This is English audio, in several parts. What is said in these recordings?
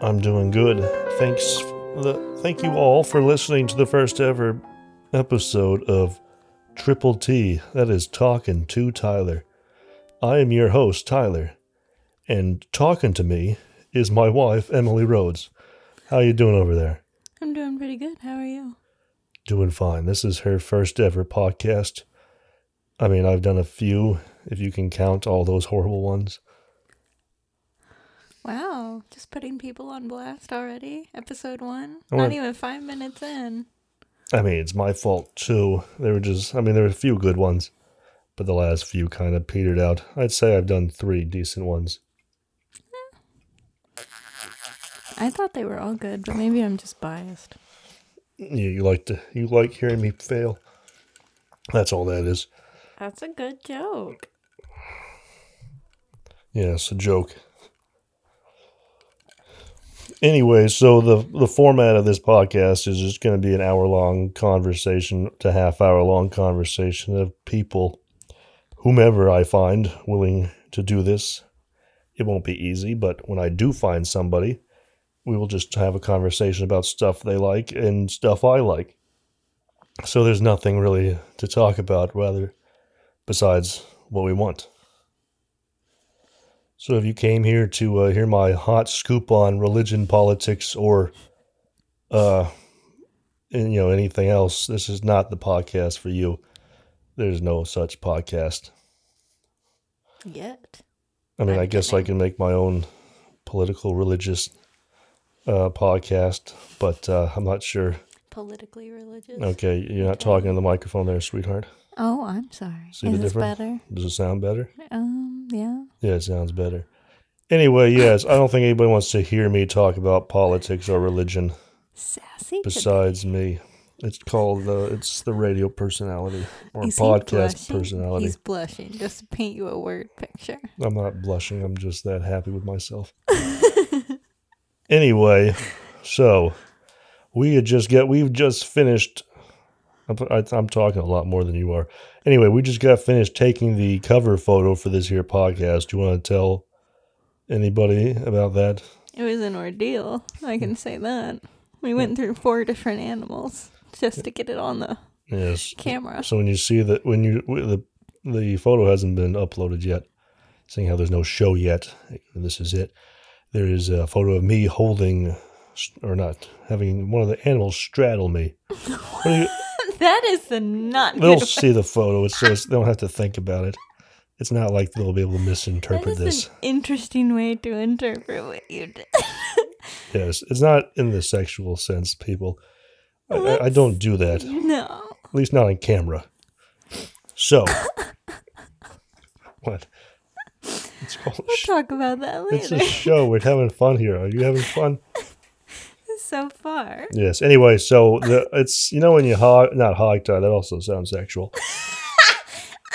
I'm doing good. Thanks. The, thank you all for listening to the first ever episode of Triple T. That is Talking to Tyler. I am your host, Tyler, and talking to me is my wife, Emily Rhodes. How you doing over there? I'm doing pretty good. How are you? Doing fine. This is her first ever podcast. I mean, I've done a few, if you can count all those horrible ones. Wow. Just putting people on blast already. Episode one. I Not went- even five minutes in. I mean, it's my fault too. There were just, I mean, there were a few good ones, but the last few kind of petered out. I'd say I've done three decent ones. I thought they were all good, but maybe I'm just biased. You, you like to, you like hearing me fail. That's all that is. That's a good joke. Yeah, it's a joke. Anyway, so the the format of this podcast is just going to be an hour long conversation to half hour long conversation of people, whomever I find willing to do this. It won't be easy, but when I do find somebody, we will just have a conversation about stuff they like and stuff I like. So there's nothing really to talk about, rather, besides what we want. So, if you came here to uh, hear my hot scoop on religion, politics, or uh, and, you know anything else, this is not the podcast for you. There's no such podcast. Yet. I mean, I I'm guess I can make my own political, religious uh, podcast, but uh, I'm not sure. Politically religious. Okay, you're not talking in the microphone there, sweetheart. Oh, I'm sorry. See Is the this difference? better? Does it sound better? Um, yeah. Yeah, it sounds better. Anyway, yes, I don't think anybody wants to hear me talk about politics or religion. Sassy. could- besides me. It's called the it's the radio personality or Is he podcast blushing? personality. He's blushing. Just to paint you a word picture. I'm not blushing. I'm just that happy with myself. anyway, so we had just get we've just finished. I'm, I- I'm talking a lot more than you are. Anyway, we just got finished taking the cover photo for this here podcast. Do you want to tell anybody about that? It was an ordeal. I can say that. We Hmm. went through four different animals just to get it on the Yes. camera. So when you see that when you w- the the photo hasn't been uploaded yet, seeing how there's no show yet, this is it. There is a photo of me holding, s- or not having one of the animals straddle me. What do you- That is the not they'll good. see the photo. It's just they don't have to think about it. It's not like they'll be able to That is misinterpret this. an interesting way to interpret what you did. Yes, it's not in the sexual sense, people. I, I, I don't do that. no, At least not on camera. So, what? It's called we'll talk about that It's later. a show. We're having fun here. Are you having fun? so far, Yes. Anyway, so the, it's you know when you hog not hog tie that also sounds sexual.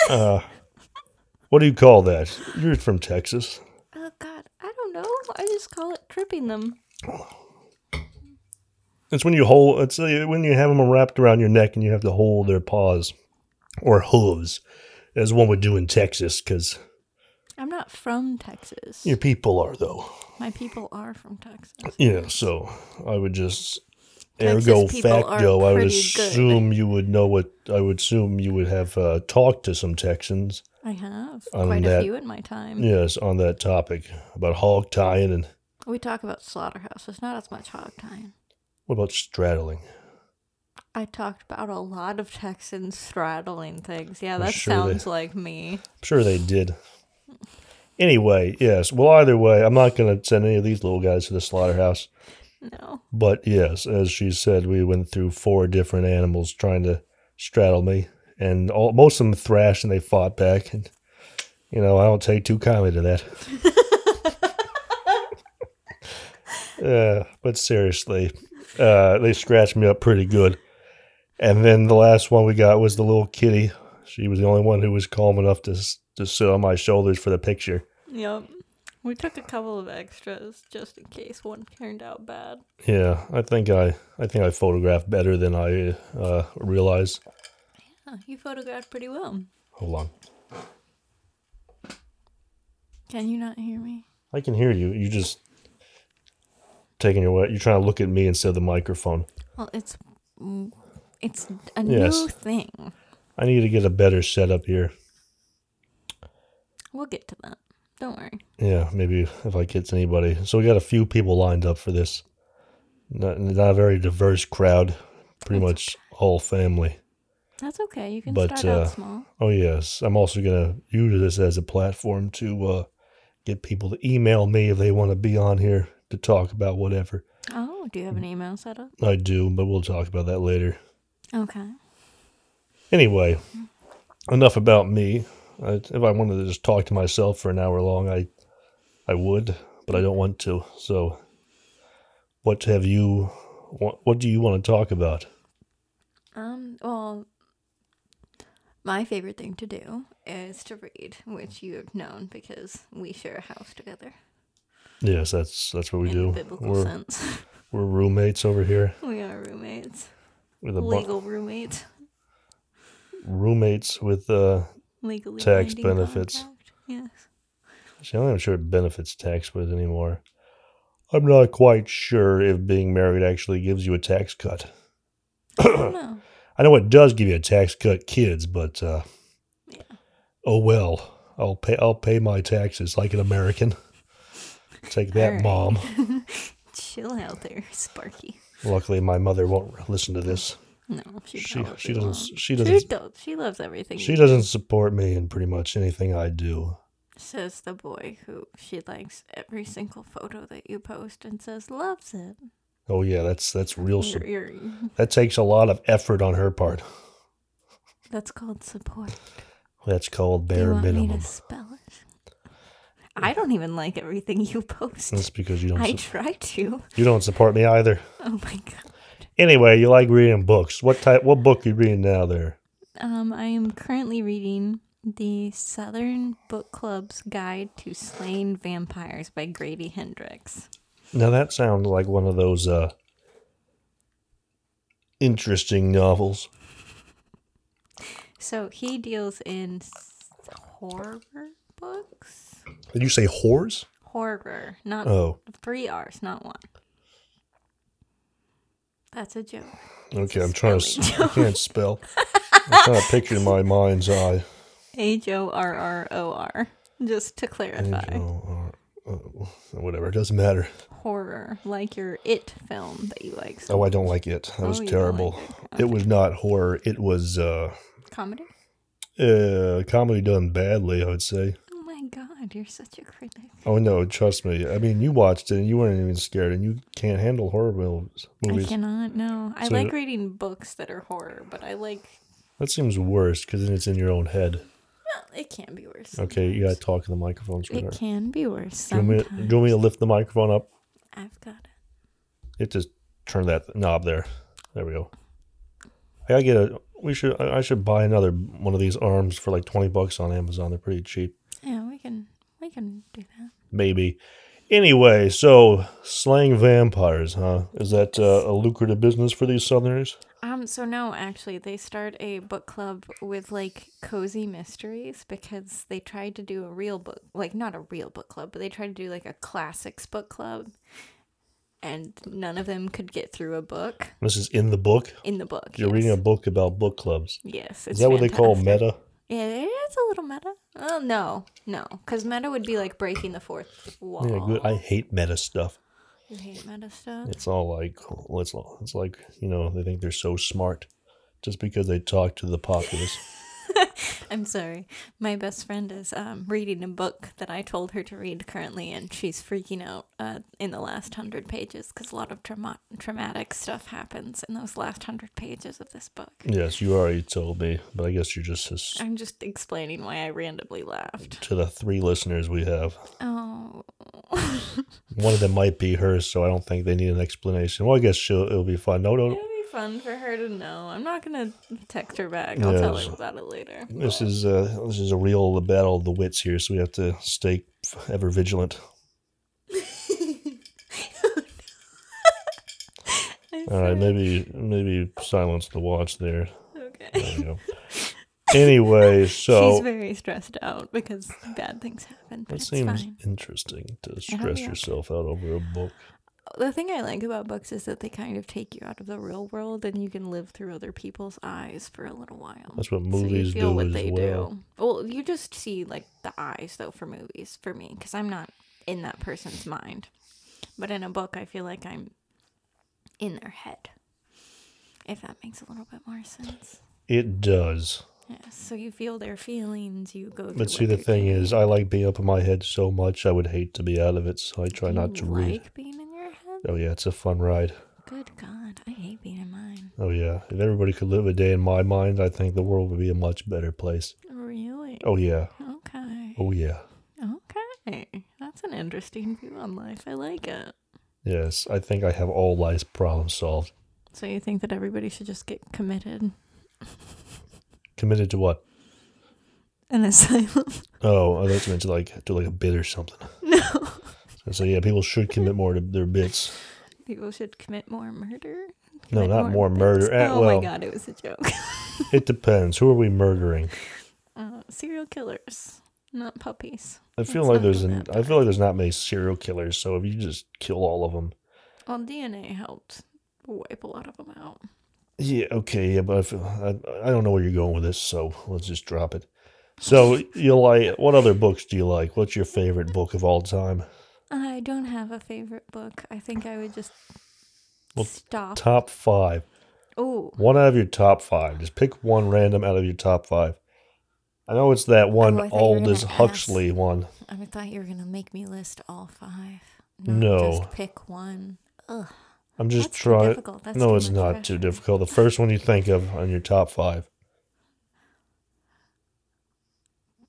Uh, what do you call that? You're from Texas. oh god, I don't know. I just call it tripping them. It's when you hold. It's uh, when you have them wrapped around your neck and you have to hold their paws or hooves, as one would do in Texas, because I'm not from Texas. your people are though. My people are from Texas. Yeah. So I would just. Texas Ergo people are facto, I would pretty good. assume you would know what. I would assume you would have uh, talked to some Texans I have On quite that- a few in my time. Yes, on that topic about hog tying and We talk about slaughterhouses, not as much hog tying. what about straddling? I talked about a lot of Texans straddling things. Yeah, I'm that sure they- sounds like me. I'm sure they did. Anyway, yes. Well, either way, I'm not going to send any of these little guys to the slaughterhouse. No. But yes, as she said, we went through four different animals trying to straddle me, and all, most of them thrashed and they fought back. And you know, I don't take too kindly to that. uh, but seriously, uh, they scratched me up pretty good. And then the last one we got was the little kitty. She was the only one who was calm enough to s- to sit on my shoulders for the picture. Yep. We took a couple of extras just in case one turned out bad. Yeah, I think I I think I photographed better than I uh, realized. Huh, you photographed pretty well. Hold on. Can you not hear me? I can hear you. You just taking your way. You're trying to look at me instead of the microphone. Well, it's mm, it's a new Yes. thing. I need to get a better setup here. We'll get to that. Don't worry. Yeah, maybe if I get to anybody. So we got a few people lined up for this. Not, not a very diverse crowd. Pretty much all family. That's okay. You can But, start uh, out small. Oh yes, I'm also gonna use this as a platform to uh, get people to email me if they want to be on here to talk about whatever. Oh, do you have an email set up? I do, but we'll talk about that later. Okay. Anyway, enough about me. I, if I wanted to just talk to myself for an hour long, I I would, but I don't want to. So, what have you? What, what do you want to talk about? Um, well, my favorite thing to do is to read, which you have known because we share a house together. Yes, that's that's what we in do. a biblical We're sense. we're roommates over here we are roommates. with a bu- Legal roommates. roommates with uh. Legally Tax binding benefits. contract. Yes. See, I'm not sure it benefits tax with anymore. I'm not quite sure if being married actually gives you a tax cut. No. I know it does give you a tax cut, kids, but uh, oh well. I'll pay. I'll pay my taxes like an American. Take Alright. that, mom. Chill out there, Sparky. Luckily, my mother won't listen to this. No, she She probably she won't. doesn't. She She doesn't. does. She loves everything. She you doesn't support me in pretty much anything I do. Says the boy who she likes every single photo that you post and says loves it. Oh yeah, that's that's real. You're- Su- you're- that takes a lot of effort on her part. that's called support. That's called Do you bare want me minimum. to spell it? I don't even like everything you post. That's because you don't. I su- try to. You don't support me either. Oh my god. Anyway, you like reading books. What type? What book you reading now? There. Um, I am currently reading the Southern Book Club's Guide to Slain Vampires by Grady Hendrix. Now that sounds like one of those uh, interesting novels. So he deals in s- horror books. Did you say whores? Horror, not Oh, three R's, not one. That's a joke. okay. I'm trying to. s- I can't spell. I'm trying to picture in my mind's eye. H O R R O R. Just to clarify, Oh, uh, uh, Whatever. It doesn't matter. horror, like your It film that you like. Oh, I don't like it. That was Oh, you don't terrible. like it was not horror. It was uh, Comedy? uh, comedy done badly. I would say. Oh my god, you're such a critic. Oh no, trust me. I mean, you watched it and you weren't even scared, and you can't handle horror movies. I movies. cannot. No, I So- like reading books that are horror, but I like That seems worse because then it's in your own head. well, it can be worse. Okay, you gotta talk in the microphone. It sweetheart. can be worse. Do you, want me to, do Sometimes. you want me to lift the microphone up? I've got it. It just turn that knob there. There we go. I gotta get a. We should. I I should buy another one of these arms for like twenty bucks on Amazon. They're pretty cheap. Yeah, we can we can do that. Maybe. Anyway, so slaying vampires, huh? Is that uh, a lucrative business for these Southerners? Um, so no, actually, they start a book club with like cozy mysteries because they tried to do a real book, like not a real book club, but they tried to do like a classics book club, and none of them could get through a book This is in the book. in the book. You're yes. reading a book about book clubs. Yes, Is it's that what they call fantastic. meta? Yeah, it's a little meta. Oh no, no, because meta would be like breaking the fourth wall. Yeah, good. I hate meta stuff. you hate meta stuff. It's all like well, it's, all- it's like you know they think they're so smart just because they talk to the populace. I'm sorry. My best friend is um, reading a book that I told her to read currently, and she's freaking out uh, in the last hundred pages because a lot of trauma- traumatic stuff happens in those last hundred pages of this book. yes, you already told me, but I guess you're just as, I'm just explaining why I randomly laughed. to the three listeners we have. Oh, One of them might be hers, so I don't think they need an explanation. Well, I guess she'll, it'll be fun. No, it'll no, be fun for her to know. I'm not gonna text her back. I'll tell her Yes. about it later. this is uh, this is a real battle of the wits here, so we have to stay ever vigilant. I'm All sorry. right, maybe maybe silence the watch there. Okay. There you go. anyway, so She's very stressed out because bad things happen, but That it's seems fine. interesting to It'll stress be yourself out over a book. the thing I like about books is that they kind of take you out of the real world and you can live through other people's eyes for a little while. That's what movies do as well. do. Well, you just see like the eyes though for movies for me because I'm not in that person's mind, but in a book I feel like I'm in their head. If that makes a little bit more sense. It does. Yeah, so you feel their feelings. You go. Through But see, what the they're thing doing. is, I like being up in my head so much, I would hate to be out of it, so I try Do not you to like read. being in your head. Oh, yeah, it's a fun ride. Good God, I hate being in mine. Oh, yeah. If everybody could live a day in my mind, I think the world would be a much better place. Really? Oh, yeah. Okay. Oh, yeah. Okay. That's an interesting view on life. I like it. Yes, I think I have all life's problems solved. So you think that everybody should just get committed Committed to what? an asylum? Oh, I was meant to like do like a bit or something. no. And so yeah, people should commit more to their bits. People should commit more murder. No, Commit not more murder. things. Eh, oh well, my god, it was a joke. it depends. Who are we murdering? Uh, serial killers, not puppies. I feel Let's not like there's go an. that I feel like there's not many serial killers. So if you just kill all of them, Well, DNA helped wipe a lot of them out. yeah, okay, yeah. But I, feel, I, I don't know where you're going with this, so let's just drop it. So you like what other books do you like? What's your favorite book of all time? I don't have a favorite book. I think I would just Well, stop. Top five. oh, One out of your top five. Just pick one random out of your top five. I know it's that one Oh, I thought you were old gonna as ask. Huxley one. I thought you were gonna make me list all five. No. just pick one. Ugh, I'm just that's too trying. difficult. That's No, too it's much not pressure. too difficult. The first one you think of on your top five.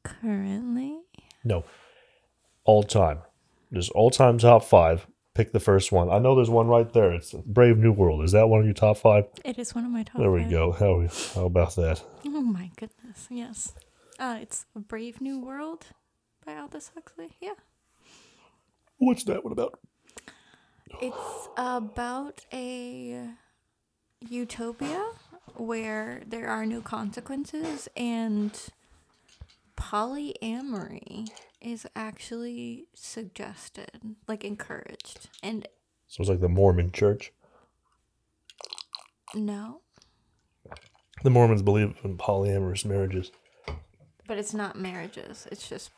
Currently, No, all time. Just all time top five. Pick the first one. I know there's one right there. It's Brave New World. Is that one of your top five? it is one of my top. There we five. go. How, how about that? Oh my goodness, yes. Uh, it's a Brave New World by Aldous Huxley. Yeah, What's that one about? it's about a utopia where there are no consequences and polyamory is actually suggested, like encouraged, and So it's like the Mormon church. no. The Mormons believe in polyamorous marriages. But it's not marriages. It's just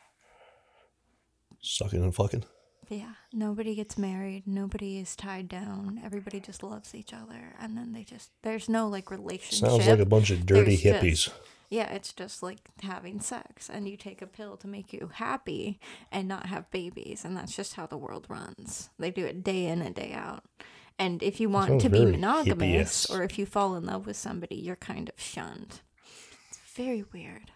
Sucking and fucking. yeah. Nobody gets married. Nobody is tied down. Everybody just loves each other, and then they just there's no like relationship. Sounds like a bunch of dirty There's hippies. just- yeah, it's just like having sex, and you take a pill to make you happy and not have babies, and that's just how the world runs. They do it day in and day out. And if you want sounds to be very monogamous, hippie-esque. or if you fall in love with somebody, you're kind of shunned. It's very weird.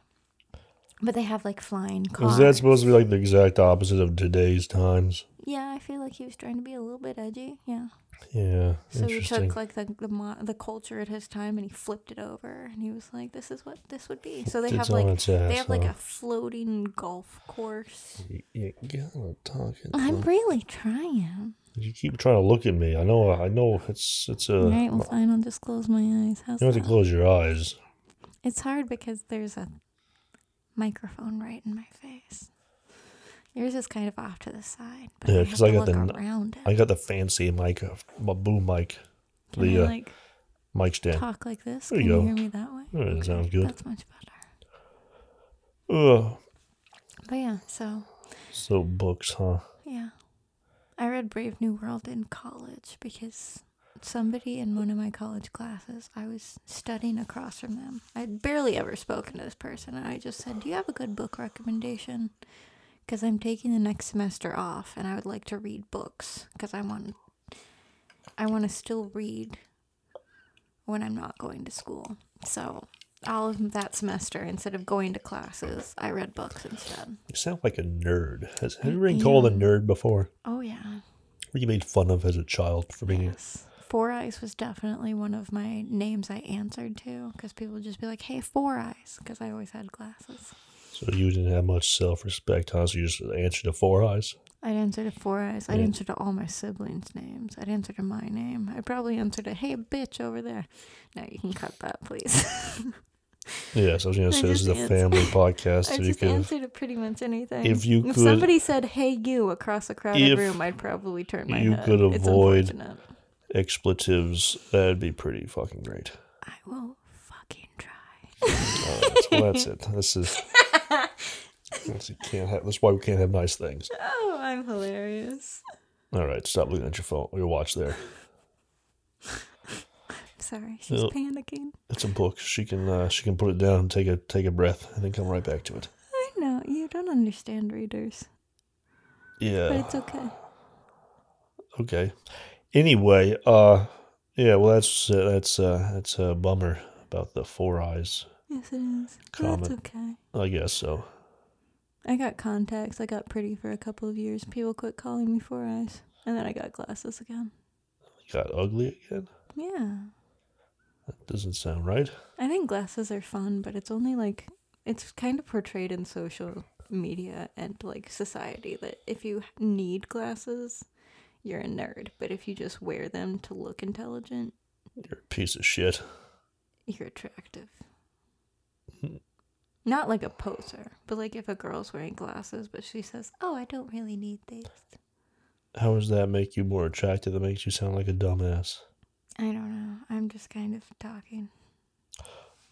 But they have like flying cars. Is that supposed to be like the exact opposite of today's times? Yeah, I feel like he was trying to be a little bit edgy. Yeah. Yeah, So he interesting. took like the the, mo- the culture at his time and he flipped it over and he was like, "This is what this would be." So they It's have on like its they ass, have like huh? a floating golf course. You, you gotta talk it I'm up. really trying. You keep trying to look at me. I know. I know. It's it's a. All right, well, fine. I'll just close my eyes. How's Uh, You don't have that? to close your eyes. It's hard because there's a microphone right in my face. Yours is kind of off to the side. But Yeah, I 'cause have I to got the look n- around it. I got the fancy mic, uh, my boom mic, Can I the uh, like mic stand. talk like this? There Can you you go. hear me that way? Yeah, that sounds good. That's much better. Ugh. But yeah, so So books, huh? yeah. I read Brave New World in college because somebody in one of my college classes, I was studying across from them. I'd barely ever spoken to this person, and I just said, Do you have a good book recommendation? Because I'm taking the next semester off, and I would like to read books because I want, I want to still read when I'm not going to school. So all of that semester, instead of going to classes, I read books instead. You sound like a nerd. Has have you been called a Yeah. nerd before? Oh yeah, Were you made fun of as a child for being? Yes. Four Eyes was definitely one of my names I answered to because people would just be like, hey, Four Eyes, because I always had glasses. So you didn't have much self-respect, huh? So you just answered to four eyes. I'd answer to Four Eyes. I'd Yeah. answer to all my siblings' names. I'd answer to my name. I'd probably answer to, hey, bitch over there. No, you can cut that, please. Yes, I was going to I say just this is a ans- family podcast. I so you just could answered to pretty much anything. if you could- somebody said "Hey, you" across a crowded If room, I'd probably turn my you head. could It's avoid- unfortunate. expletives. That'd be pretty fucking great. I will fucking try. All right, well, that's it. This is. That's, you can't have, that's why we can't have nice things. Oh, I'm hilarious. All right, stop looking at your phone, your watch there. Sorry, she's Well- panicking. It's a book. She can uh, she can put it down, take a take a breath, and then come right back to it. I know you don't understand readers, but Yeah. it's okay. Okay. Anyway, uh, yeah. Well, that's uh, that's uh, that's a bummer about the four eyes. Yes, it is. But It's Common. okay. I guess so. I got contacts. I got pretty for a couple of years. People quit calling me Four Eyes, and then I got glasses again. Got ugly again. Yeah, That doesn't sound right. I think glasses are fun, but it's only like it's kind of portrayed in social media and like society that if you need glasses, you're a nerd. But if you just wear them to look intelligent, You're a piece of shit. you're attractive. Hmm. Not like a poser, but like if a girl's wearing glasses, but she says, "Oh, I don't really need these." How does that make you more attractive? That makes you sound like a dumbass. I don't know. I'm just kind of talking.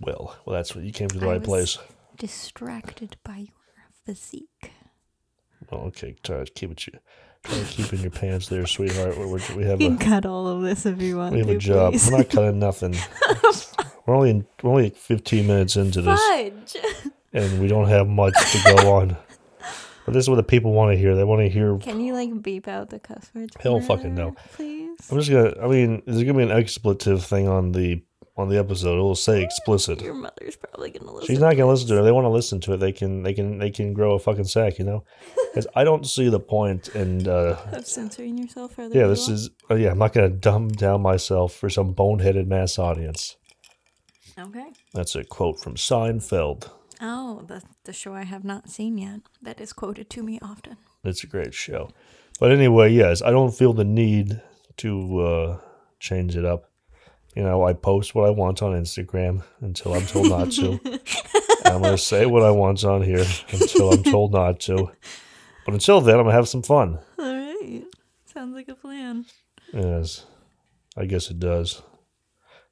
Well, well, that's what you came to the I right was- place. distracted by your physique. Oh, okay, try to keep it you. Try to keep in your pants there, sweetheart. We, we, we have You a can cut all of this if you want. we have to, a job. please. We're not cutting nothing. we're only in, we're only 15 minutes into this. Fudge. and we don't have much to go on. But this is what the people want to hear. They want to hear. Can you like beep out the cuss words? Hell for fucking no. her, Please. I'm just gonna. I mean, there's gonna be an expletive thing on the on the episode. It'll say explicit. Your mother's probably gonna listen. She's not gonna listen to it. If They want to listen to it. They can. They can. They can grow a fucking sack. You know. 'Cause I don't see the point in. Uh, Of censoring yourself for other yeah, this people? is. Uh, yeah, I'm not gonna dumb down myself for some boneheaded mass audience. okay. That's a quote from Seinfeld. Oh, the the show I have not seen yet that is quoted to me often. It's a great show. But anyway, yes, I don't feel the need to uh, change it up. You know, I post what I want on Instagram until I'm told not to. I'm going to say what I want on here until I'm told not to. But until then, I'm going to have some fun. All right. Sounds like a plan. Yes, I guess it does.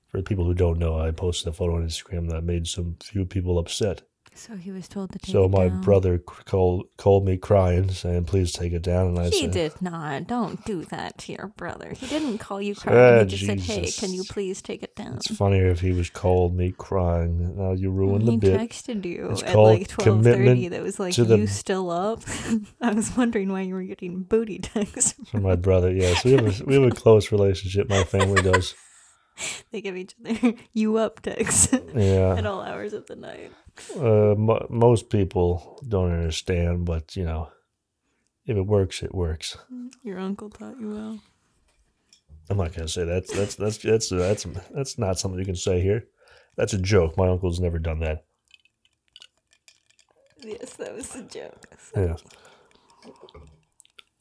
For people who don't know, I posted a photo on Instagram that made some few people upset. So he was told to take. so it my down. brother called called me crying, saying, "Please take it down." And I He said, did not. Don't do that to your brother. He didn't call you Ah, crying. he just said, "Hey, Jesus. can you please take it down?" It's funnier if he was called me crying. Now you ruined he the bit. texted you It's at called like twelve thirty. commitment That was like, to the- "You still up?" I was wondering why you were getting booty texts. From my brother, yes, we have a, we have a close relationship. My family does. They give each other "you up" texts at Yeah, all hours of the night. uh, mo most people don't understand, but you know, if it works, it works. Your uncle taught you well. I'm not gonna say that's that's that's that's that's that's, not something you can say here. That's a joke. My uncle's never done that. Yes, that was the joke. Yeah.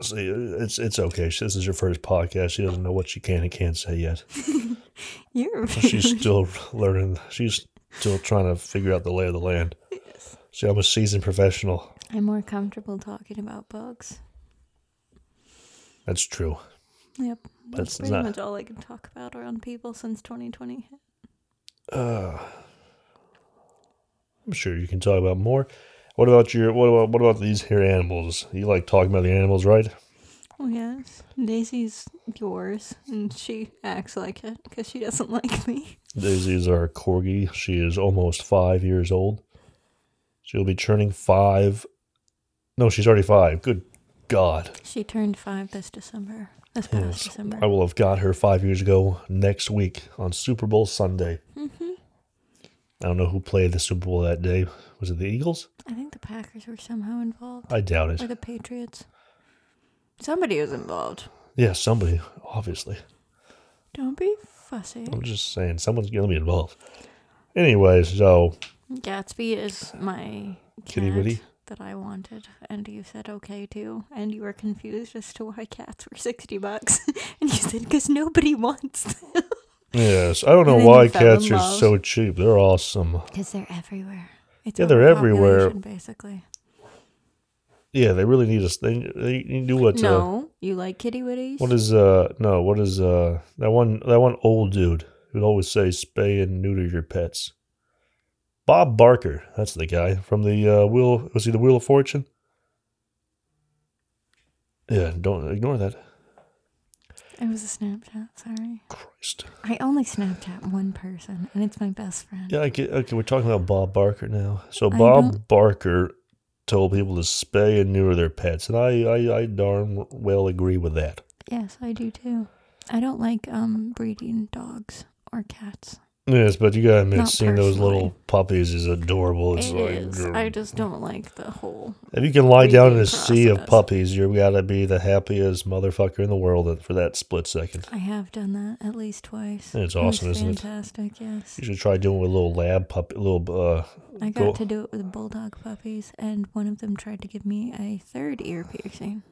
See, it's it's okay. This is your first podcast. She doesn't know what she can and can't say yet. You're She's still learning. She's still trying to figure out the lay of the land. See, I'm a seasoned professional. I'm more comfortable talking about bugs. That's true. Yep, it's that's pretty not- much all I can talk about around people since 2020. Uh, I'm sure you can talk about more. What about your what about what about these here animals? You like talking about the animals, right? Oh yes, Daisy's yours, and she acts like it because she doesn't like me. Daisy is our corgi. She is almost five years old. She'll be turning five. No, she's already five. Good God. She turned five this December. This past December. I will have got her five years ago next week on Super Bowl Sunday. Mm-hmm. I don't know who played the Super Bowl that day. Was it the Eagles? I think the Packers were somehow involved, I doubt it. or the Patriots. Somebody was involved. Yeah, somebody, obviously. Don't be fussy. I'm just saying, someone's going to be involved. Anyway, so Gatsby is my Kitty cat Woody? that I wanted, and you said okay to, and you were confused as to why cats were sixty bucks, and you said because nobody wants them. Yes, I don't know And then why you fell in cats are love. so cheap. They're awesome. Because they're everywhere. It's Yeah, they're everywhere. overpopulation, Basically. Yeah, they really need us. They they need to do what? Uh, no, you like kitty witties? what is uh no? What is uh that one? That one old dude who'd always say spay and neuter your pets. Bob Barker, that's the guy from the uh, Wheel. Was he the Wheel of Fortune? Yeah, don't ignore that. it was a Snapchat. Sorry, Christ. I only Snapchat one person, and it's my best friend. Yeah, I get, okay, we're talking about Bob Barker now. So I Bob Barker told people to spay and neuter their pets, and I, I, I darn well agree with that. Yes, I do too. I don't like um breeding dogs or cats. Yes, but you gotta admit, Not seeing those personally. little puppies is adorable. It's It like, is. grr. I just don't like the whole. if you can lie down in a breeding sea of process. puppies, you gotta be the happiest motherfucker in the world for that split second. I have done that at least twice. It's It was awesome, isn't it? Fantastic. Yes. You should try doing it with little lab puppy, little uh, I got go- to do it with bulldog puppies, and one of them tried to give me a third ear piercing.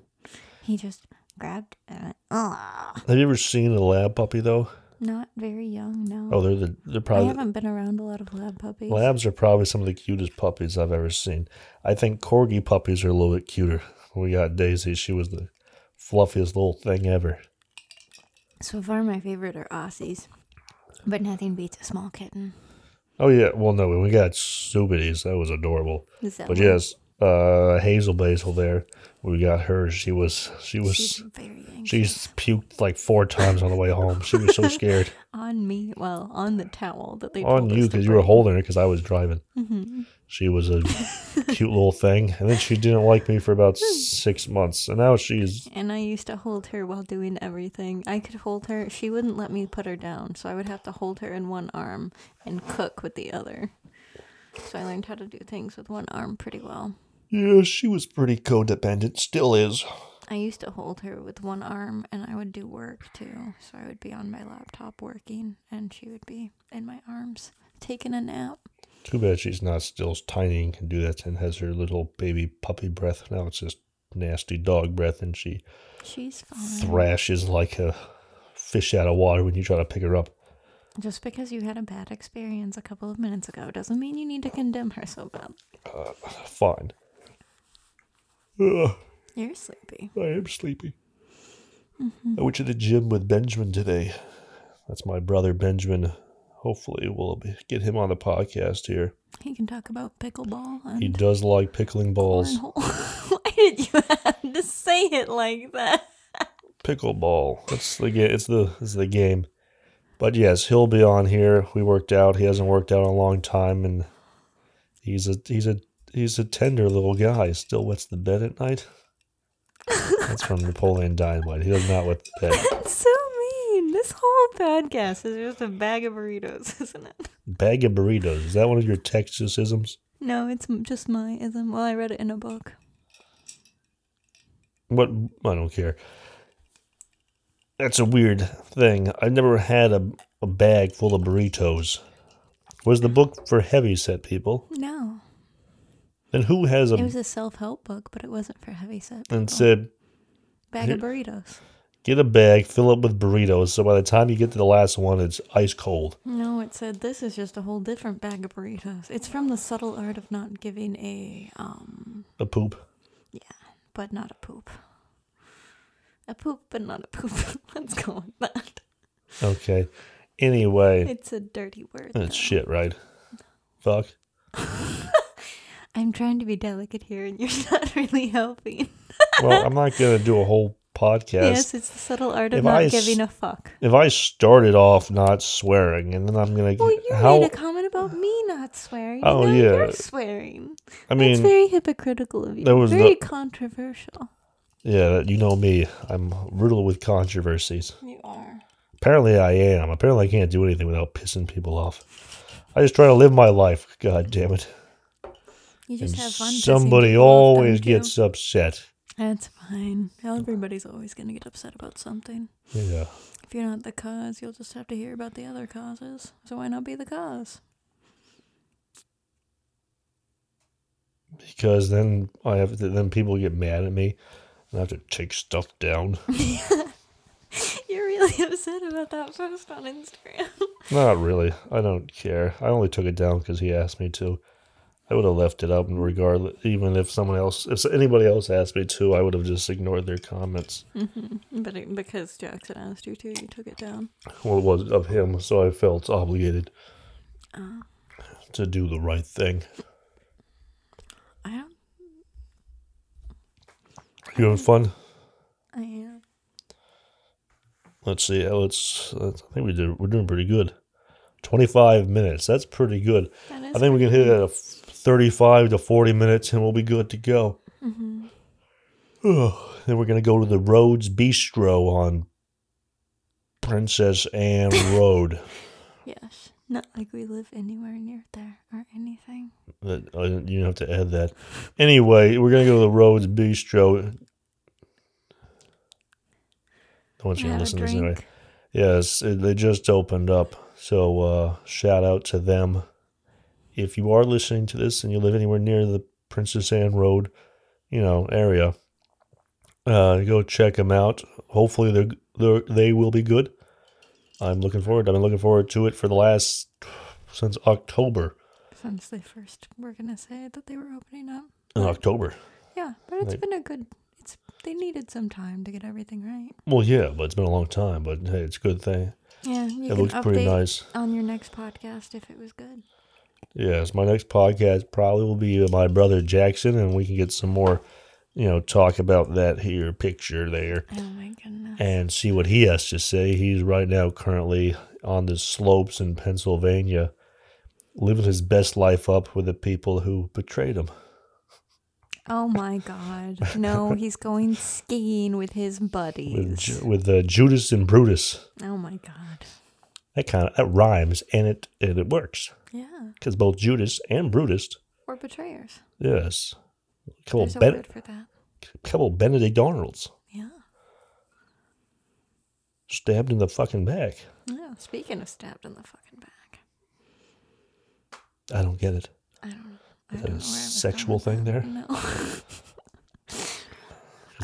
He just grabbed it. Ah, Have you ever seen a lab puppy though? not very young, no. Oh, they're the they're I probably haven't been around a lot of lab puppies. Labs are probably some of the cutest puppies I've ever seen. I think corgi puppies are a little bit cuter. We got Daisy. She was the fluffiest little thing ever. So far, my favorite are Aussies, but nothing beats a small kitten. Oh, yeah. Well, no, we got Subities. That was adorable. Is that But one? yes, uh, Hazel Basil there. We got her. She was, she she's was, very she anxious. puked like four times on the way home. She was so scared. on me. Well, on the towel that they on told you us to because you were bring. holding her because I was driving. Mhm. She was a cute little thing. And then she didn't like me for about six months. And now she's And I used to hold her while doing everything. I could hold her. She wouldn't let me put her down, so I would have to hold her in one arm and cook with the other. So I learned how to do things with one arm pretty well. Yeah, she was pretty codependent, still is. I used to hold her with one arm and I would do work too. So I would be on my laptop working and she would be in my arms taking a nap. Too bad she's not still tiny and can do that and has her little baby puppy breath. Now it's just nasty dog breath and she She's fine. thrashes like a fish out of water when you try to pick her up. Just because you had a bad experience a couple of minutes ago doesn't mean you need to condemn her so bad. Fine. Ugh, You're sleepy. I am sleepy. I went to the gym with Benjamin today. That's my brother Benjamin. Hopefully, we'll be- get him on the podcast here. He can talk about pickleball and He does like pickling balls. cornhole. Why did you have to say it like that? pickleball. That's the game. It's the it's the game. But yes, he'll be on here. We worked out. He hasn't worked out in a long time, and he's a he's a he's a tender little guy. Still wets the bed at night. That's from Napoleon Dynamite. He does not wet the bed. That's so mean. This whole podcast is just a bag of burritos, isn't it? Bag of burritos. Is that one of your Texasisms? No, it's m- just my ism. Well, I read it in a book. What I don't care. That's a weird thing. I've never had a, a bag full of burritos. Was the book for heavy set people? No, Then who has a it was a self-help book, but it wasn't for heavyset. people. and said, bag of burritos. "Get a bag, fill it with burritos. So by the time you get to the last one, it's ice cold." No, it said this is just a whole different bag of burritos. It's from the subtle art of not giving a um, A poop. but not a poop. A poop, but not a poop. Let's go with that. Okay. Anyway, It's a dirty word. that's though. shit, right? Fuck. I'm trying to be delicate here, and you're not really helping. Well, I'm not gonna do a whole podcast. Yes, it's the subtle art of If not I s- giving a fuck. If I started off not swearing, and then I'm gonna Well, you how made a comment about me not swearing. Oh Oh, now yeah. you're swearing. I it's mean, very hypocritical of you. there was very the- controversial. yeah, that- you know me. I'm riddled with controversies. You are. Apparently, I am. Apparently, I can't do anything without pissing people off. I just try to live my life. God damn it! You just And have fun. pissing somebody people off, always don't you? gets upset. That's fine. Everybody's always gonna get upset about something. Yeah. If you're not the cause, you'll just have to hear about the other causes. So why not be the cause? because then I have then people get mad at me and I have to take stuff down. You're real really upset about that post on Instagram. Not really. I don't care. I only took it down because he asked me to. I would have left it up, and regardless, even if someone else, if anybody else asked me to, I would have just ignored their comments. Mm-hmm. but it, because Jackson asked you to, you took it down. Well, it was of him, so I felt obligated Uh, to do the right thing. I don't. You having fun? I am. Let's see. uh, Let's. uh, I think we did. We're doing pretty good. Twenty-five minutes. That's pretty good. That is I think we can hit it at a f- thirty-five to forty minutes, and we'll be good to go. Mm-hmm. then we're gonna go to the Rhodes Bistro on Princess Anne Road. Yes. Not like we live anywhere near there or anything. That I didn't- you have to add that. Anyway, we're gonna go to the Rhodes Bistro. I want you to Have a listen to this anyway. drink. Yes, it- they just opened up. So uh, shout out to them. If you are listening to this and you live anywhere near the Princess Anne Road, you know area, uh, go check them out. Hopefully they're, they're they will be good. I'm looking forward. I've been looking forward to it for the last since October. Since they first were gonna say that they were opening up. In October. Yeah, but it's Like- been a good. It's they needed some time to get everything right. Well, yeah, but it's been a long time. But hey, it's a good thing. Yeah, you it can looks update pretty nice. on your next podcast if it was good. Yes, my next podcast probably will be uh, my brother Jackson, and we can get some more, you know, talk about that here picture there Oh my goodness. and see what he has to say. He's right now currently on the slopes in Pennsylvania, living his best life up with the people who betrayed him. Oh my god. No, he's going skiing with his With, buddies. Ju- with uh, Judas and Brutus. Oh my god. That kind of that rhymes and it and it works Yeah. because both Judas and Brutus. Or betrayers. Yes, couple There's a ben- word for that. couple Benedict Arnolds Yeah. stabbed in the fucking back. Yeah. Speaking of stabbed in the fucking back. I don't get it. I don't know. I don't Is that know a where I was sexual going with thing there? that. No.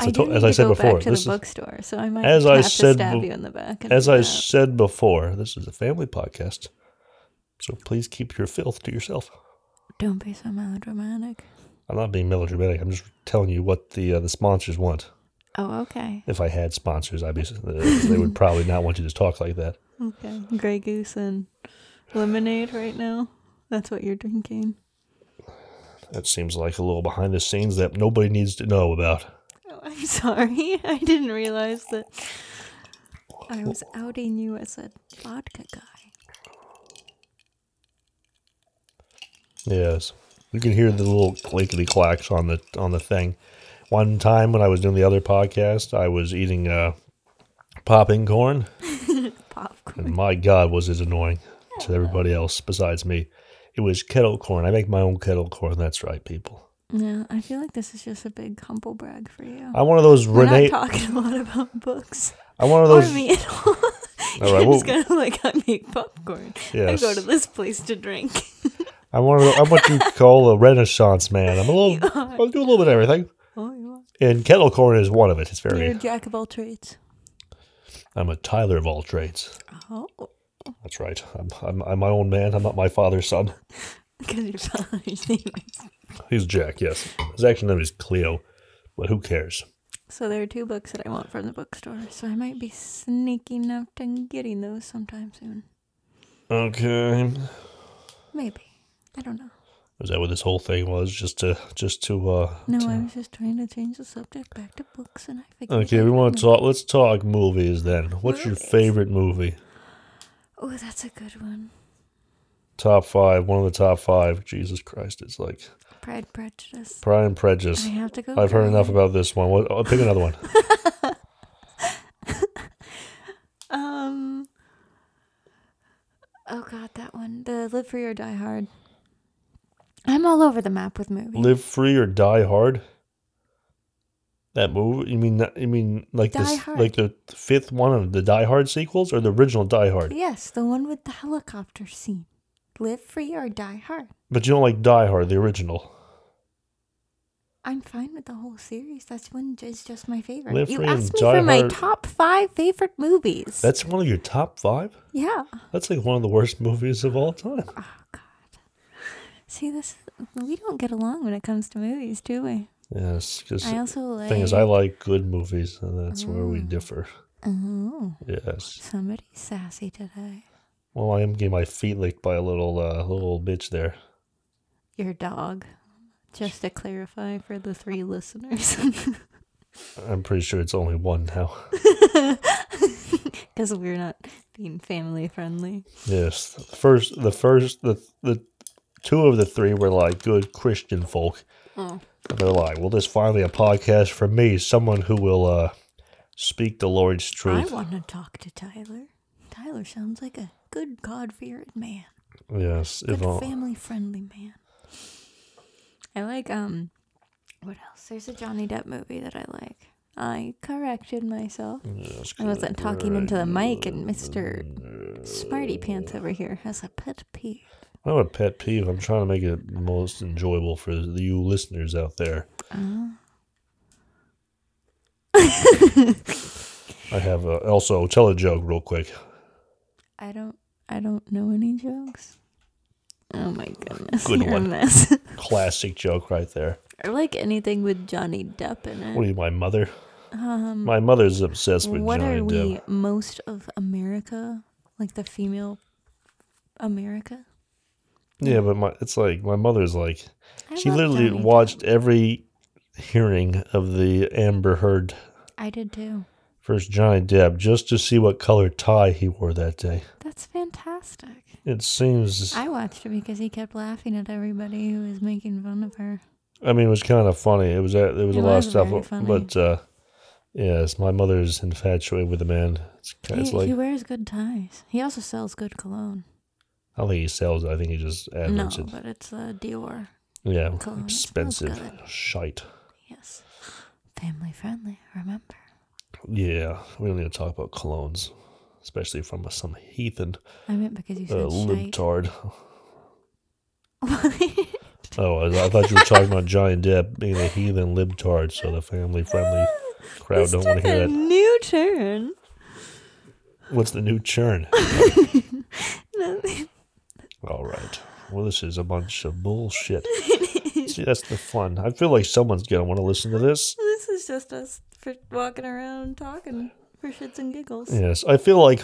As I, I to- do as need I to said go before, back to this the is, bookstore, so I might as I have said to stab bef- you in the back. and as do I that. said before, this is a family podcast. So please keep your filth to yourself. don't be so melodramatic. I'm not being melodramatic. I'm just telling you what the uh, the sponsors want. Oh, okay, If I had sponsors, I'd be, uh, they would probably not want you to talk like that. okay. Grey Goose and lemonade right now. That's what you're drinking. That seems like a little behind the scenes that nobody needs to know about. Oh, I'm sorry. I didn't realize that I was outing you as a vodka guy. Yes, you can hear the little clickety clacks on the on the thing. One time when I was doing the other podcast, I was eating uh, popping corn, Popcorn. and my God, was it annoying to everybody else besides me. It was kettle corn. I make my own kettle corn. That's right, people. Yeah, I feel like this is just a big humble brag for you. I'm one of those We're Uh, Renee. not talking a lot about books I'm one of or those. me at all. All You're right, well, just kind of like I make popcorn. I go Yes. to this place to drink. I'm one of. The, I'm what you call a Renaissance man. I'm a little. are. I'll do a little bit of everything, oh, you are. and kettle corn is one of it. It's You're a very. jack of all trades. I'm a Tyler of all trades. Oh, That's right. I'm, I'm, I'm my own man. I'm not my father's son. because your father's name is. He's Jack, yes. His actual name is Cleo, but who cares? So there are two books that I want from the bookstore. So I might be sneaking out and getting those sometime soon. Okay. Maybe. I don't know. Is that what this whole thing was? Just to, just to, uh. No, to- I was just trying to change the subject back to books, and I figured. Okay, we want to talk. Let's talk movies then. What's your Movies. favorite movie? Oh, that's a good one. Top five. One of the top five. Jesus Christ, it's like Pride, Prejudice. Pride and I Prejudice. have to go. I've heard Pride. enough about this one. What, oh, pick another one. Um. Oh God, that one. The Live Free or Die Hard. I'm all over the map with movies. Live Free or Die Hard. That movie? You mean that- you mean like Die this, Hard. like the fifth one of the Die Hard sequels or the original Die Hard? Yes, the one with the helicopter scene. Live Free or Die Hard. But you don't like Die Hard, the original. I'm fine with the whole series. That's one is just my favorite. Live you Free asked and me Die for my Hard. top five favorite movies. That's one of your top five? yeah. That's like one of the worst movies of all time. See this, we don't get along when it comes to movies, do we? Yes, because I the also like. Mm. thing is, I like good movies, and that's where we differ. Oh, Yes. somebody's sassy today. Well, I am getting my feet licked by a little uh, little bitch there. Your dog. Just to clarify for the three listeners, I'm pretty sure it's only one now. because we're not being family friendly. Yes, the first, the first, the the two of the three were like good Christian folk. Oh. And they're like, well, this is finally a podcast for me, someone who will uh, speak the Lord's I truth. want to talk to Tyler. Tyler sounds like a good God-fearing man. Yes, Good if all, family friendly man. I like um what else? There's a Johnny Depp movie that I like. I corrected myself. yes, I wasn't talking into the mic and Mr. Smarty Pants over here has a pet peeve. I'm a pet peeve. I'm trying to make it the most enjoyable for the you listeners out there. Oh. I have a, also tell a joke real quick. I don't I don't know any jokes. Oh my goodness. Good you're a one. mess. Classic joke right there. I like anything with Johnny Depp in it. What are you, my mother? my mother's obsessed with Um, what Johnny are Depp. we most of America? Like the female America? Yeah, but my it's like my mother's like I she love literally Johnny Depp. watched every hearing of the Amber Heard I did too. versus Johnny Depp just to see what color tie he wore that day. That's fantastic. It seems I, I watched it because he kept laughing at everybody who was making fun of her. mean it was kind of funny. It was a- there was It a lot was of very stuff, funny. but uh, yes, my mother's infatuated with the man. It's, ki- He, it's like he wears good ties. He also sells good cologne. I don't think he sells. it. I think he just No, adverts it. but it's uh, Dior. Yeah, cologne, it smells expensive good. shite. Yes. Family friendly, remember. Yeah, we don't need to talk about colognes, especially from some heathen I meant because you uh, said shite. libtard. Oh, I, I thought you were talking about Johnny Depp being a heathen libtard, so the family friendly crowd This don't want took to hear a that. new turn. What's the new churn? Nothing. All right. Well, this is a bunch of bullshit. See, that's the fun. I feel like someone's going to want to listen to this. this is just us for walking around talking for shits and giggles. Yes, I feel like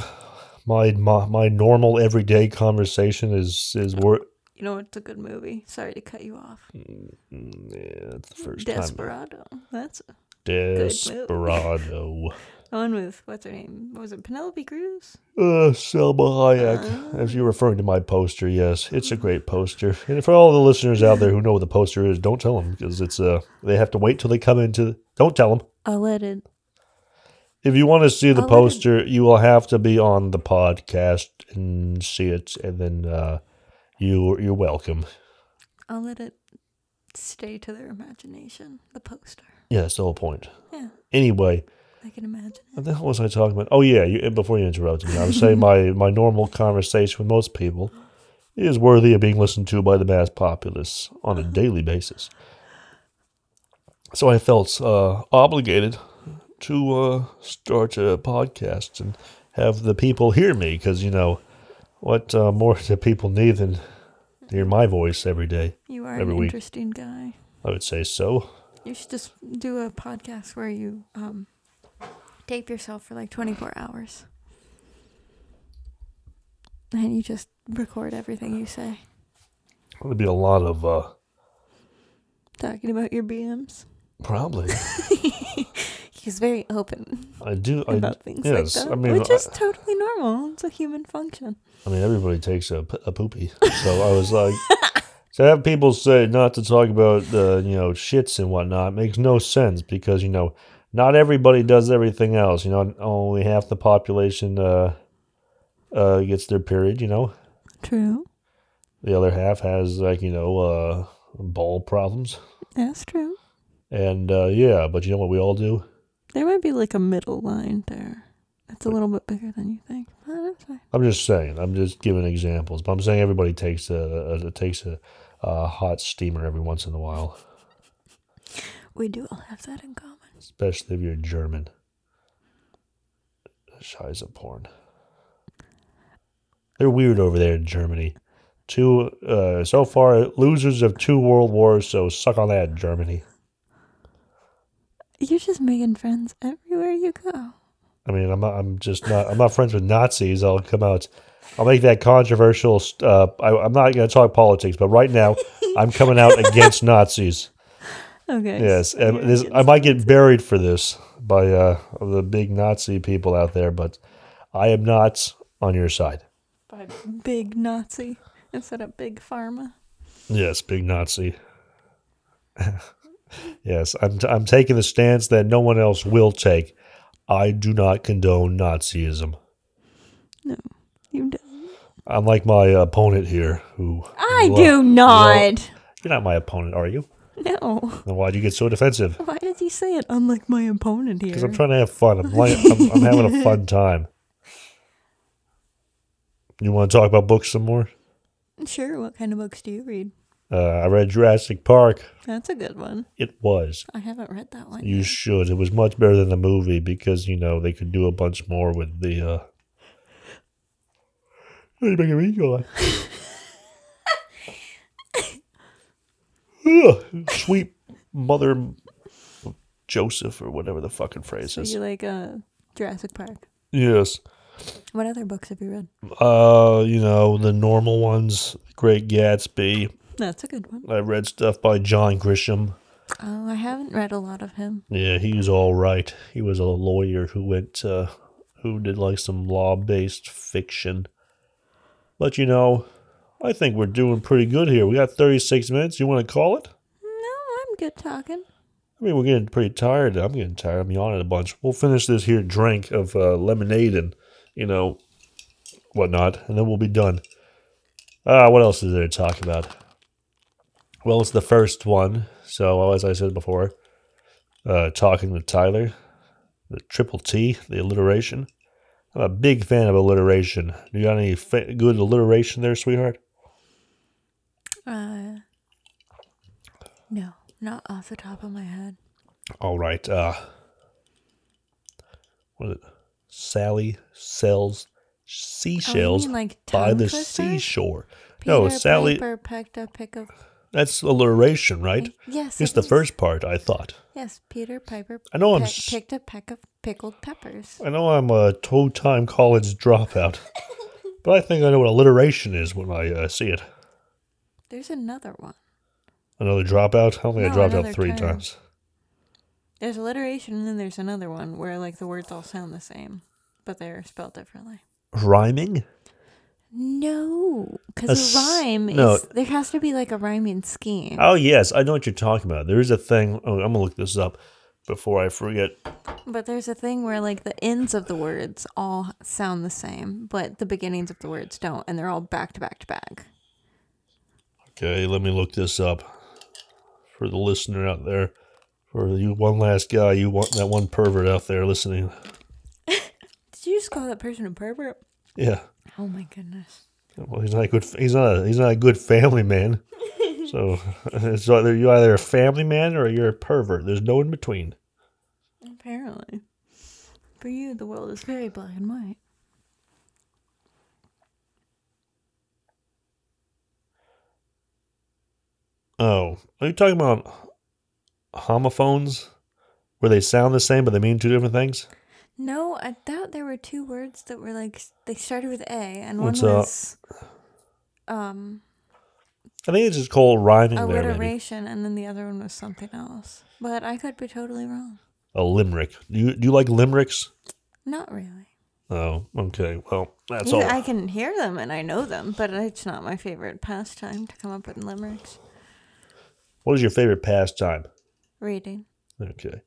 my my, my normal everyday conversation is is wor- You know, it's a good movie. Sorry to cut you off. mm, yeah, that's the first time. Desperado. That's Desperado. The one with what's her name? What was it Penelope Cruz? Uh, Selma Oh. Hayek. As you're referring to my poster, yes, it's a great poster. And for all the listeners out there who know what the poster is, don't tell them because it's uh they have to wait till they come into. Don't tell them. I'll let it. If you want to see the I'll let 'em- poster, you will have to be on the podcast and see it, and then uh, you you're welcome. I'll let it stay to their imagination. The poster. Yeah, that's the whole point. Yeah, Anyway, I can imagine it. what the hell was I talking about? Oh yeah, you, before you interrupted me, I was saying my my normal conversation with most people is worthy of being listened to by the mass populace on a daily basis. So I felt uh, obligated to uh, start a podcast and have the people hear me because you know what uh, more do people need than to hear my voice every day? You are Every an week. interesting guy. I would say so. You should just do a podcast where you um tape yourself for like 24 hours. And you just record everything you say, There'd be a lot of uh, talking about your BMs. probably. He's very open I do. I, about things yes, like that, I mean, which is I- totally normal. It's a human function. I mean, everybody takes a, p- a poopy. So I was like, to have people say not to talk about the, you know, shits and whatnot makes no sense because, you know, not everybody does everything else. You know, only half the population uh, uh, gets their period, you know. True. The other half has, like, you know, uh, ball problems. That's true. And uh, yeah, but you know what we all do? There might be like a middle line there. That's a little bit bigger than you think. But that's fine. I'm just saying. I'm just giving examples, but I'm saying everybody takes a, a, a takes a, a hot steamer every once in a while. We do all have that in common. especially if you're German. Scheiße porn. They're weird over there in Germany. Two uh, so far losers of two world wars, so suck on that, Germany. You're just making friends everywhere you go. I mean, I'm not, I'm just not I'm not friends with Nazis. I'll come out. I'll make that controversial. st- Uh, I, I'm not going to talk politics, but right now I'm coming out against Nazis. Okay. Yes, so and you're this, I against might get buried for this by uh, the big Nazi people out there, but I am not on your side. by big Nazi instead of big pharma. Yes, big Nazi. yes, I'm. T- I'm taking the stance that no one else will take. I do not condone Nazism. You don't. Unlike my opponent here, who I Well, do not. you're not my opponent, are you? no. Then why'd you get so defensive? Why did you say it unlike my opponent here? Because I'm trying to have fun. I'm, like, I'm, I'm having a fun time. You want to talk about books some more? sure, what kind of books do you read? Uh, I read Jurassic Park. That's a good one. It was. I haven't read that one. You should. It was much better than the movie because you know they could do a bunch more with the. uh What are you making me go like? Ugh, Sweet mother Joseph or whatever the fucking phrase so is. you like uh, Jurassic Park. Yes. What other books have you read? Uh, you know, the normal ones, Great Gatsby. That's a good one. I read stuff by John Grisham. Oh, I haven't read a lot of him. Yeah, he was all right. He was a lawyer who went, uh, who did like some law based fiction. But you know, I think we're doing pretty good here. We got 36 minutes. You want to call it? No, I'm good talking. I mean, we're getting pretty tired. I'm getting tired. I'm yawning a bunch. We'll finish this here drink of uh, lemonade and, you know, whatnot, and then we'll be done. Uh, what else is there to talk about? Well, it's the first one. So, as I said before, uh, talking to Tyler, the triple T, the alliteration. I'm a big fan of alliteration. You got any fa- good alliteration there, sweetheart? Uh, no, not off the top of my head. Oh, All right. Uh, what is it? Sally sells seashells Oh, mean like by tongue the twister? seashore. no, Sally. Piper pecked a pick of. That's alliteration, right? Yes, It's it the is. first part. I thought. Yes, Peter Piper. I know I'm pe- s- picked a peck of pickled peppers. I know I'm a toe-time college dropout, but I think I know what alliteration is when I uh, see it. There's another one. Another dropout. I don't think I No, dropped out another three term. times. There's alliteration, and then there's another one where like the words all sound the same, but they're spelled differently. Rhyming. No, A because a s- rhyme. no. Is, there has to be like a rhyming scheme. Oh yes, I know what you're talking about. There is a thing. Oh, I'm gonna look this up before I forget. But there's a thing where like the ends of the words all sound the same, but the beginnings of the words don't, and they're all back to back to back. Okay, let me look this up for the listener out there, for you one last guy, you want that one pervert out there listening. Did you just call that person a pervert? Yeah, Oh my goodness. well, he's not a good. He's not. A, he's not a good family man. So it's either you either a family man or you're a pervert. There's no in between. Apparently. For you, the world is very black and white. Oh, are you talking about homophones, where they sound the same but they mean two different things? No, I thought there were two words that were like they started with A, and one What's that? was um I think it's just called rhyming there. Maybe. alliteration, and then the other one was something else. But I could be totally wrong. A limerick. Do you do you like limericks? Not really. Oh, okay. Well, that's Yeah, all. I can hear them and I know them, but it's not my favorite pastime to come up with limericks. What is your favorite pastime? Reading. Okay.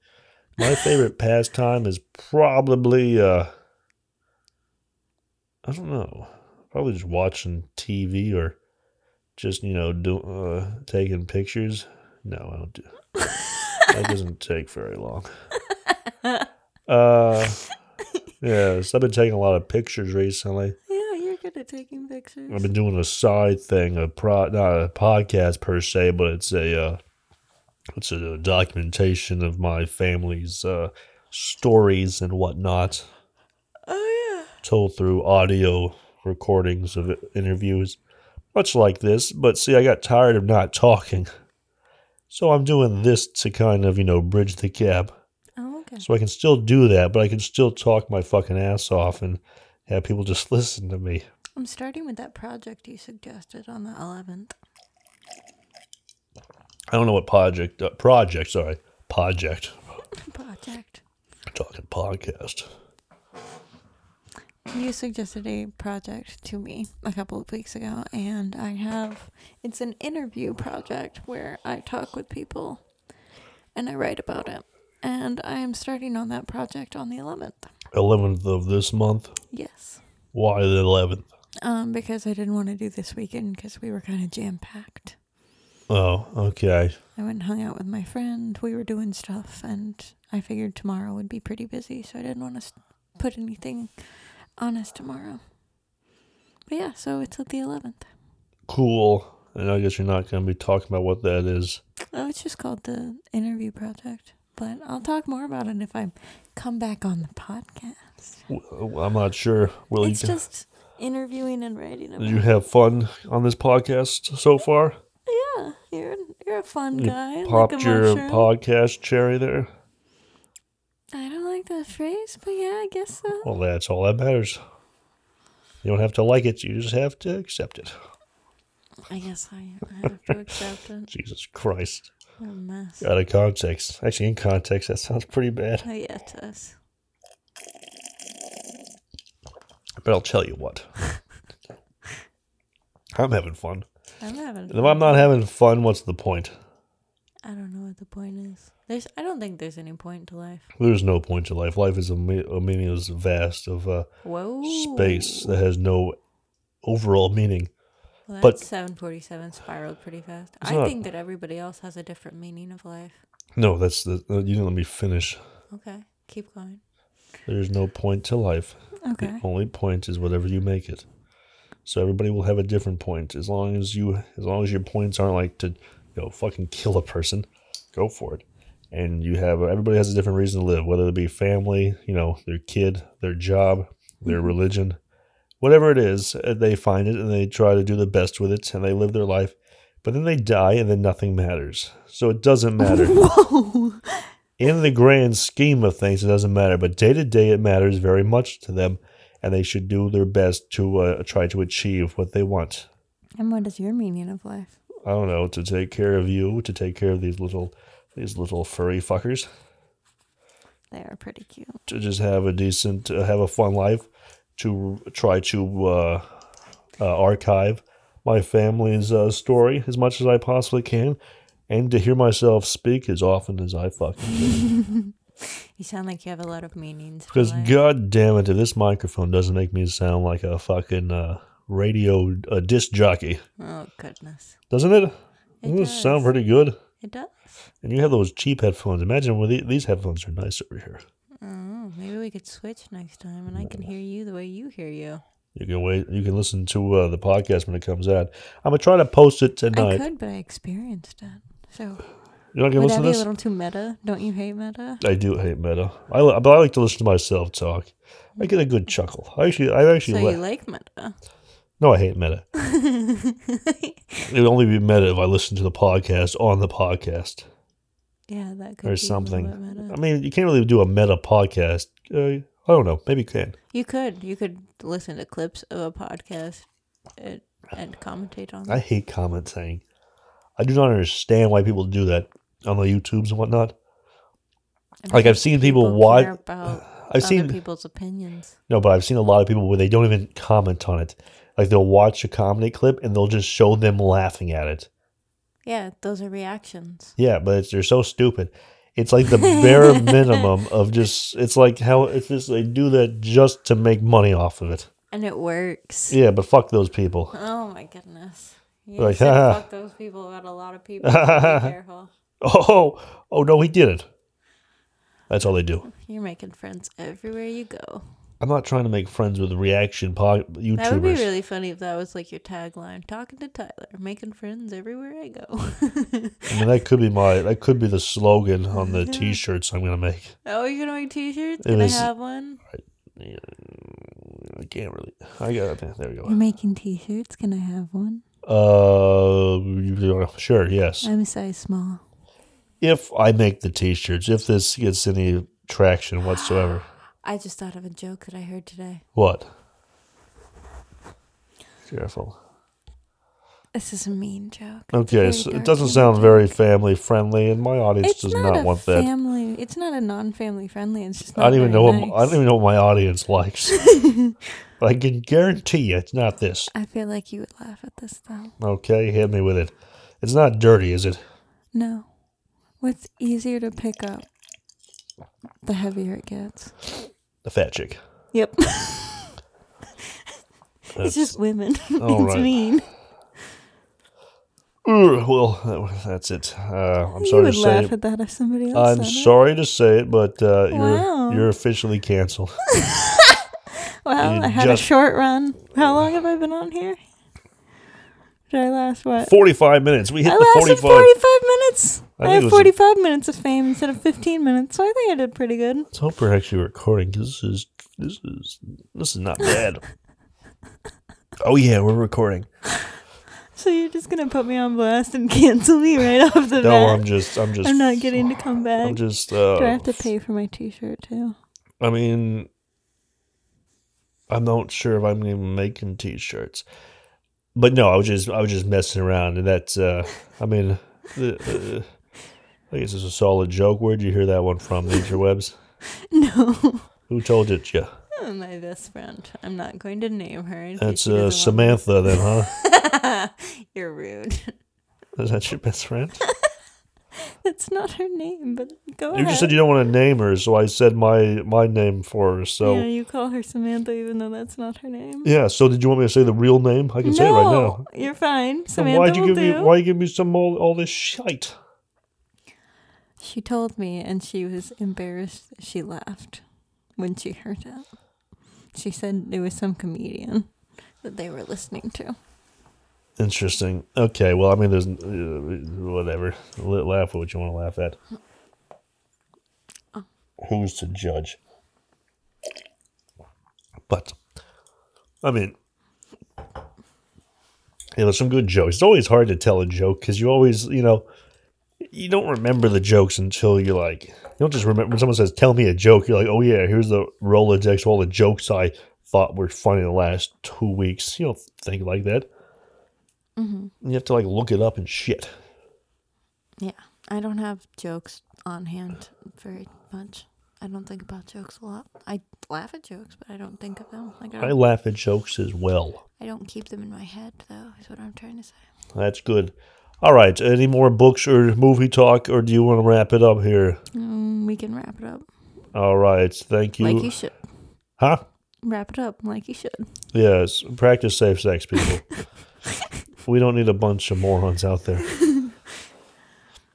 My favorite pastime is probably uh I don't know. Probably just watching TV or just, you know, do, uh, taking pictures. No, I don't do that. doesn't take very long. Uh yeah, so I've been taking a lot of pictures recently. Yeah, you're good at taking pictures. I've been doing a side thing, a pro, not a podcast per se, but it's a uh, It's a documentation of my family's uh, stories and whatnot, Oh told through audio recordings of interviews, much like this. But see, I got tired of not talking. So I'm doing this to kind of, you know, bridge the gap. yeah. Oh okay. So I can still do that, but I can still talk my fucking ass off and have people just listen to me. I'm starting with that project you suggested on the 11th. I don't know what project, uh, project, sorry, project. Project. I'm talking podcast. You suggested a project to me a couple of weeks ago, and I have. It's an interview project where I talk with people and I write about it. And I am starting on that project on the 11th. 11th of this month. Yes. Why the 11th? Um, because I didn't want to do this weekend because we were kind of jam packed. Oh, okay. I went and hung out with my friend. We were doing stuff, and I figured tomorrow would be pretty busy, so I didn't want to put anything on us tomorrow. But yeah, so it's at the 11th. Cool. And I guess you're not going to be talking about what that is. Oh, it's just called the interview project, but I'll talk more about it if I come back on the podcast. W- I'm not sure. Will you, it's just interviewing and writing. About did you have fun on this podcast so far? yeah, you're you're a fun guy. Popped like a your mushroom. podcast cherry there? I don't like that phrase, but yeah, I guess so. Well, that's all that matters. You don't have to like it, you just have to accept it. I guess I, I have to accept it. Jesus Christ. What a mess. Out of context. Actually, in context, that sounds pretty bad. Oh yeah, it does. But I'll tell you what. I'm having fun. I'm having. And if I'm not having fun, what's the point? I don't know what the point is. There's. I don't think there's any point to life. There's no point to life. Life is a, me- a meaningless vast of uh, Whoa. space that has no overall meaning. Well, that but- 747 spiraled pretty fast. It's I not- think that everybody else has a different meaning of life. No, that's the uh, you didn't let me finish. Okay, keep going. There's no point to life. Okay. The only point is whatever you make it. So everybody will have a different point as long as you as long as your points aren't like to you know fucking kill a person, go for it. And you have everybody has a different reason to live, whether it be family, you know, their kid, their job, their religion, whatever it is, uh, they find it and they try to do the best with it and they live their life. But then they die and then nothing matters. So it doesn't matter. oh. Whoa. in the grand scheme of things, it doesn't matter. But day to day, it matters very much to them, and they should do their best to uh, try to achieve what they want. And what is your meaning of life? I don't know to take care of you, to take care of these little, these little furry fuckers, They are pretty cute. to just have a decent, uh, have a fun life, to try to uh, uh, archive my family's uh, story as much as I possibly can, and to hear myself speak as often as I fucking You sound like you have a lot of meanings. for Because life. god damn it, if this microphone doesn't make me sound like a fucking uh, radio uh, disc jockey, oh goodness, doesn't it? It Doesn't it sound does. pretty good. it does. And you have those cheap headphones. Imagine when the, these headphones are nice over here. Oh, maybe we could switch next time, and I can hear you the way you hear you. You can wait. You can listen to uh, the podcast when it comes out. I'm gonna try to post it I tonight. could, but I experienced it. So You're not gonna would that listen be a to this. little too meta? Don't you hate meta? I do hate meta. I li- but I like to listen to myself talk. I get a good chuckle. I actually, I So actually you like like. meta? No, I hate meta. it would only be meta if I listened to the podcast on the podcast. Yeah, that could be a or little bit something. meta. I mean, you can't really do a meta podcast. Uh, I don't know. Maybe you can. You could you could listen to clips of a podcast and, and commentate on them. I hate commenting. I do not understand why people do that on the YouTubes and whatnot. Like I've seen people, care watch. about I've other seen people's opinions. no, but I've seen a lot of people where they don't even comment on it. Like they'll watch a comedy clip and they'll just show them laughing at it. Yeah, those are reactions. Yeah, but it's, they're so stupid. It's like the bare minimum of just. It's like how it's just they do that just to make money off of it. And it works. Yeah, but fuck those people. Oh my goodness. You Like, said "Haha." fuck those people about a lot of people. so Be careful. Oh, oh no, he didn't. That's all they do. You're making friends everywhere you go. I'm not trying to make friends with reaction po- YouTubers. That would be really funny if that was like your tagline. Talking to Tyler, making friends everywhere I go. I mean, that could be my that could be the slogan on Mm-hmm. the T-shirts I'm gonna make. oh, you're gonna make t-shirts? It Can I was- have one? Mm, I can't really. I got it. There we You're go. making t-shirts. Can I have one? Uh, Mm-hmm. you- sure. Yes. I'm a size small. If I make the T-shirts, if this gets any traction whatsoever, I just thought of a joke that I heard today. what? Careful. This is a mean joke. It's Okay, very so it dark doesn't and- sound very family friendly, and my audience It's does not, not, a want that. family. It's not a non-family friendly. It's just. Not I don't even know very what my, I nice. don't even know what my audience likes. But I can guarantee you, it's not this. I feel like you would laugh at this though. Okay, hit me with it. It's not dirty, is it? No. What's easier to pick up? The heavier it gets. The fat chick. Yep. That's- it's just women. All it's right. mean. Ugh, well, that- that's it. Uh, I'm you sorry would to say laugh it. at that if somebody else I'm said it. sorry to say it, but uh, you're Wow. you're officially canceled. Well, you I had just- a short run. How long have I been on here? Did I last what? Forty-five minutes. We hit I the lasted forty-five. 45 minutes. I I, think it had was a- 45 minutes of fame instead of 15 minutes, so I think I did pretty good. Let's hope we're actually recording because this is this is this is not bad. oh yeah, we're recording. So you're just gonna put me on blast and cancel me right off the No, bat? I'm just I'm just I'm not getting to come back. I'm just. Uh, Do I have to pay for my T-shirt too? I mean, I'm not sure if I'm even making t-shirts, but no, I was just I was just messing around, and that's. Uh, I mean, the, uh, I guess it's a solid joke. Where'd you hear that one from, Nature Webs? No, Who told it to you? Oh, my best friend. I'm not going to name her. in case That's she uh, doesn't want- Samantha, then, huh? You're rude. Is that your best friend? That's not her name, but go You ahead. just said you don't want to name her, so I said my my name for her. So Yeah, yeah. you call her Samantha, even though that's not her name. so did you want me to say the real name? I can no, say it right now. you're fine. Then Samantha why'd you will give do. me why you give me some all, all this shite? She told me, and she was embarrassed. that She laughed when she heard it. She said it was some comedian that they were listening to. Interesting. Okay. Well, I mean, there's uh, whatever. Let, laugh at what you want to laugh at. Who's to judge? But, I mean, yeah, there's some good jokes. It's always hard to tell a joke because you always, you know, you don't remember the jokes until you're like, you don't just remember when someone says, "Tell me a joke." You're like, "Oh yeah, here's the Rolodex of all the jokes I thought were funny the last two weeks." You don't think like that. You have to like look it up and shit. Yeah, I don't have jokes on hand very much. I don't think about jokes a lot. I laugh at jokes, but I don't think of them. Like I I don't, laugh at jokes as well. I don't keep them in my head, though. Is what I'm trying to say. That's good. All right. Any more books or movie talk, or do you want to wrap it up here? Mm, we can wrap it up All right. Thank you. like you should. huh? Wrap it up like you should. Yes. Practice safe sex, people. we don't need a bunch of morons out there.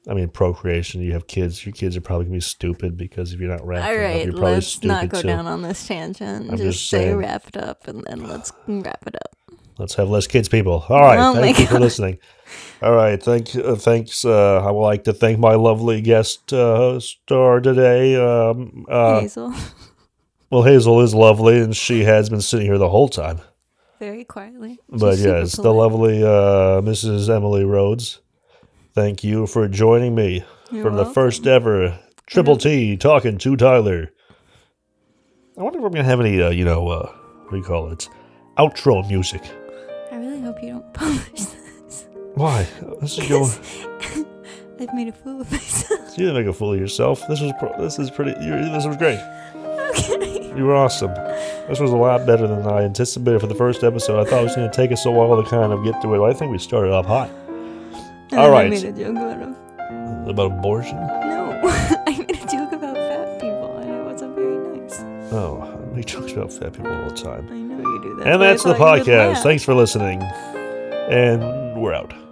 I mean, procreation. You have kids. Your kids are probably gonna be stupid because if you're not wrapping All it up, right, you're probably let's stupid not go too. down on this tangent. I'm just just say saying. wrap it up, and then let's wrap it up. Let's have less kids, people. All right. Oh my thank you for God. listening. All right. Thank, uh, thanks. Uh, I would like to thank my lovely guest uh, star today. Um, uh, Hazel, Well, Hazel is lovely, and she has been sitting here the whole time. very quietly. But She's super yes, the polite. lovely uh, Mrs. Emily Rhodes. Thank you for joining me You're for the welcome. first ever Triple T talking to Tyler. I wonder if we're gonna have any, uh, you know, uh, what do you call it? Outro music. I really hope you don't publish this. Why? This is going. I've made a fool of myself. You didn't make a fool of yourself. This was pro- this is pretty. You, this was great. okay. You were awesome. This was a lot better than I anticipated for the first episode. I thought it was going to take us a while to kind of get to it. I think we started off hot And then All right. I made a joke about him. about abortion. No, I made a joke about fat people, and it wasn't very nice. Oh, I make jokes about fat people all the time. I know you do that. And that's the why I thought you would podcast. laugh. Thanks for listening, and we're out.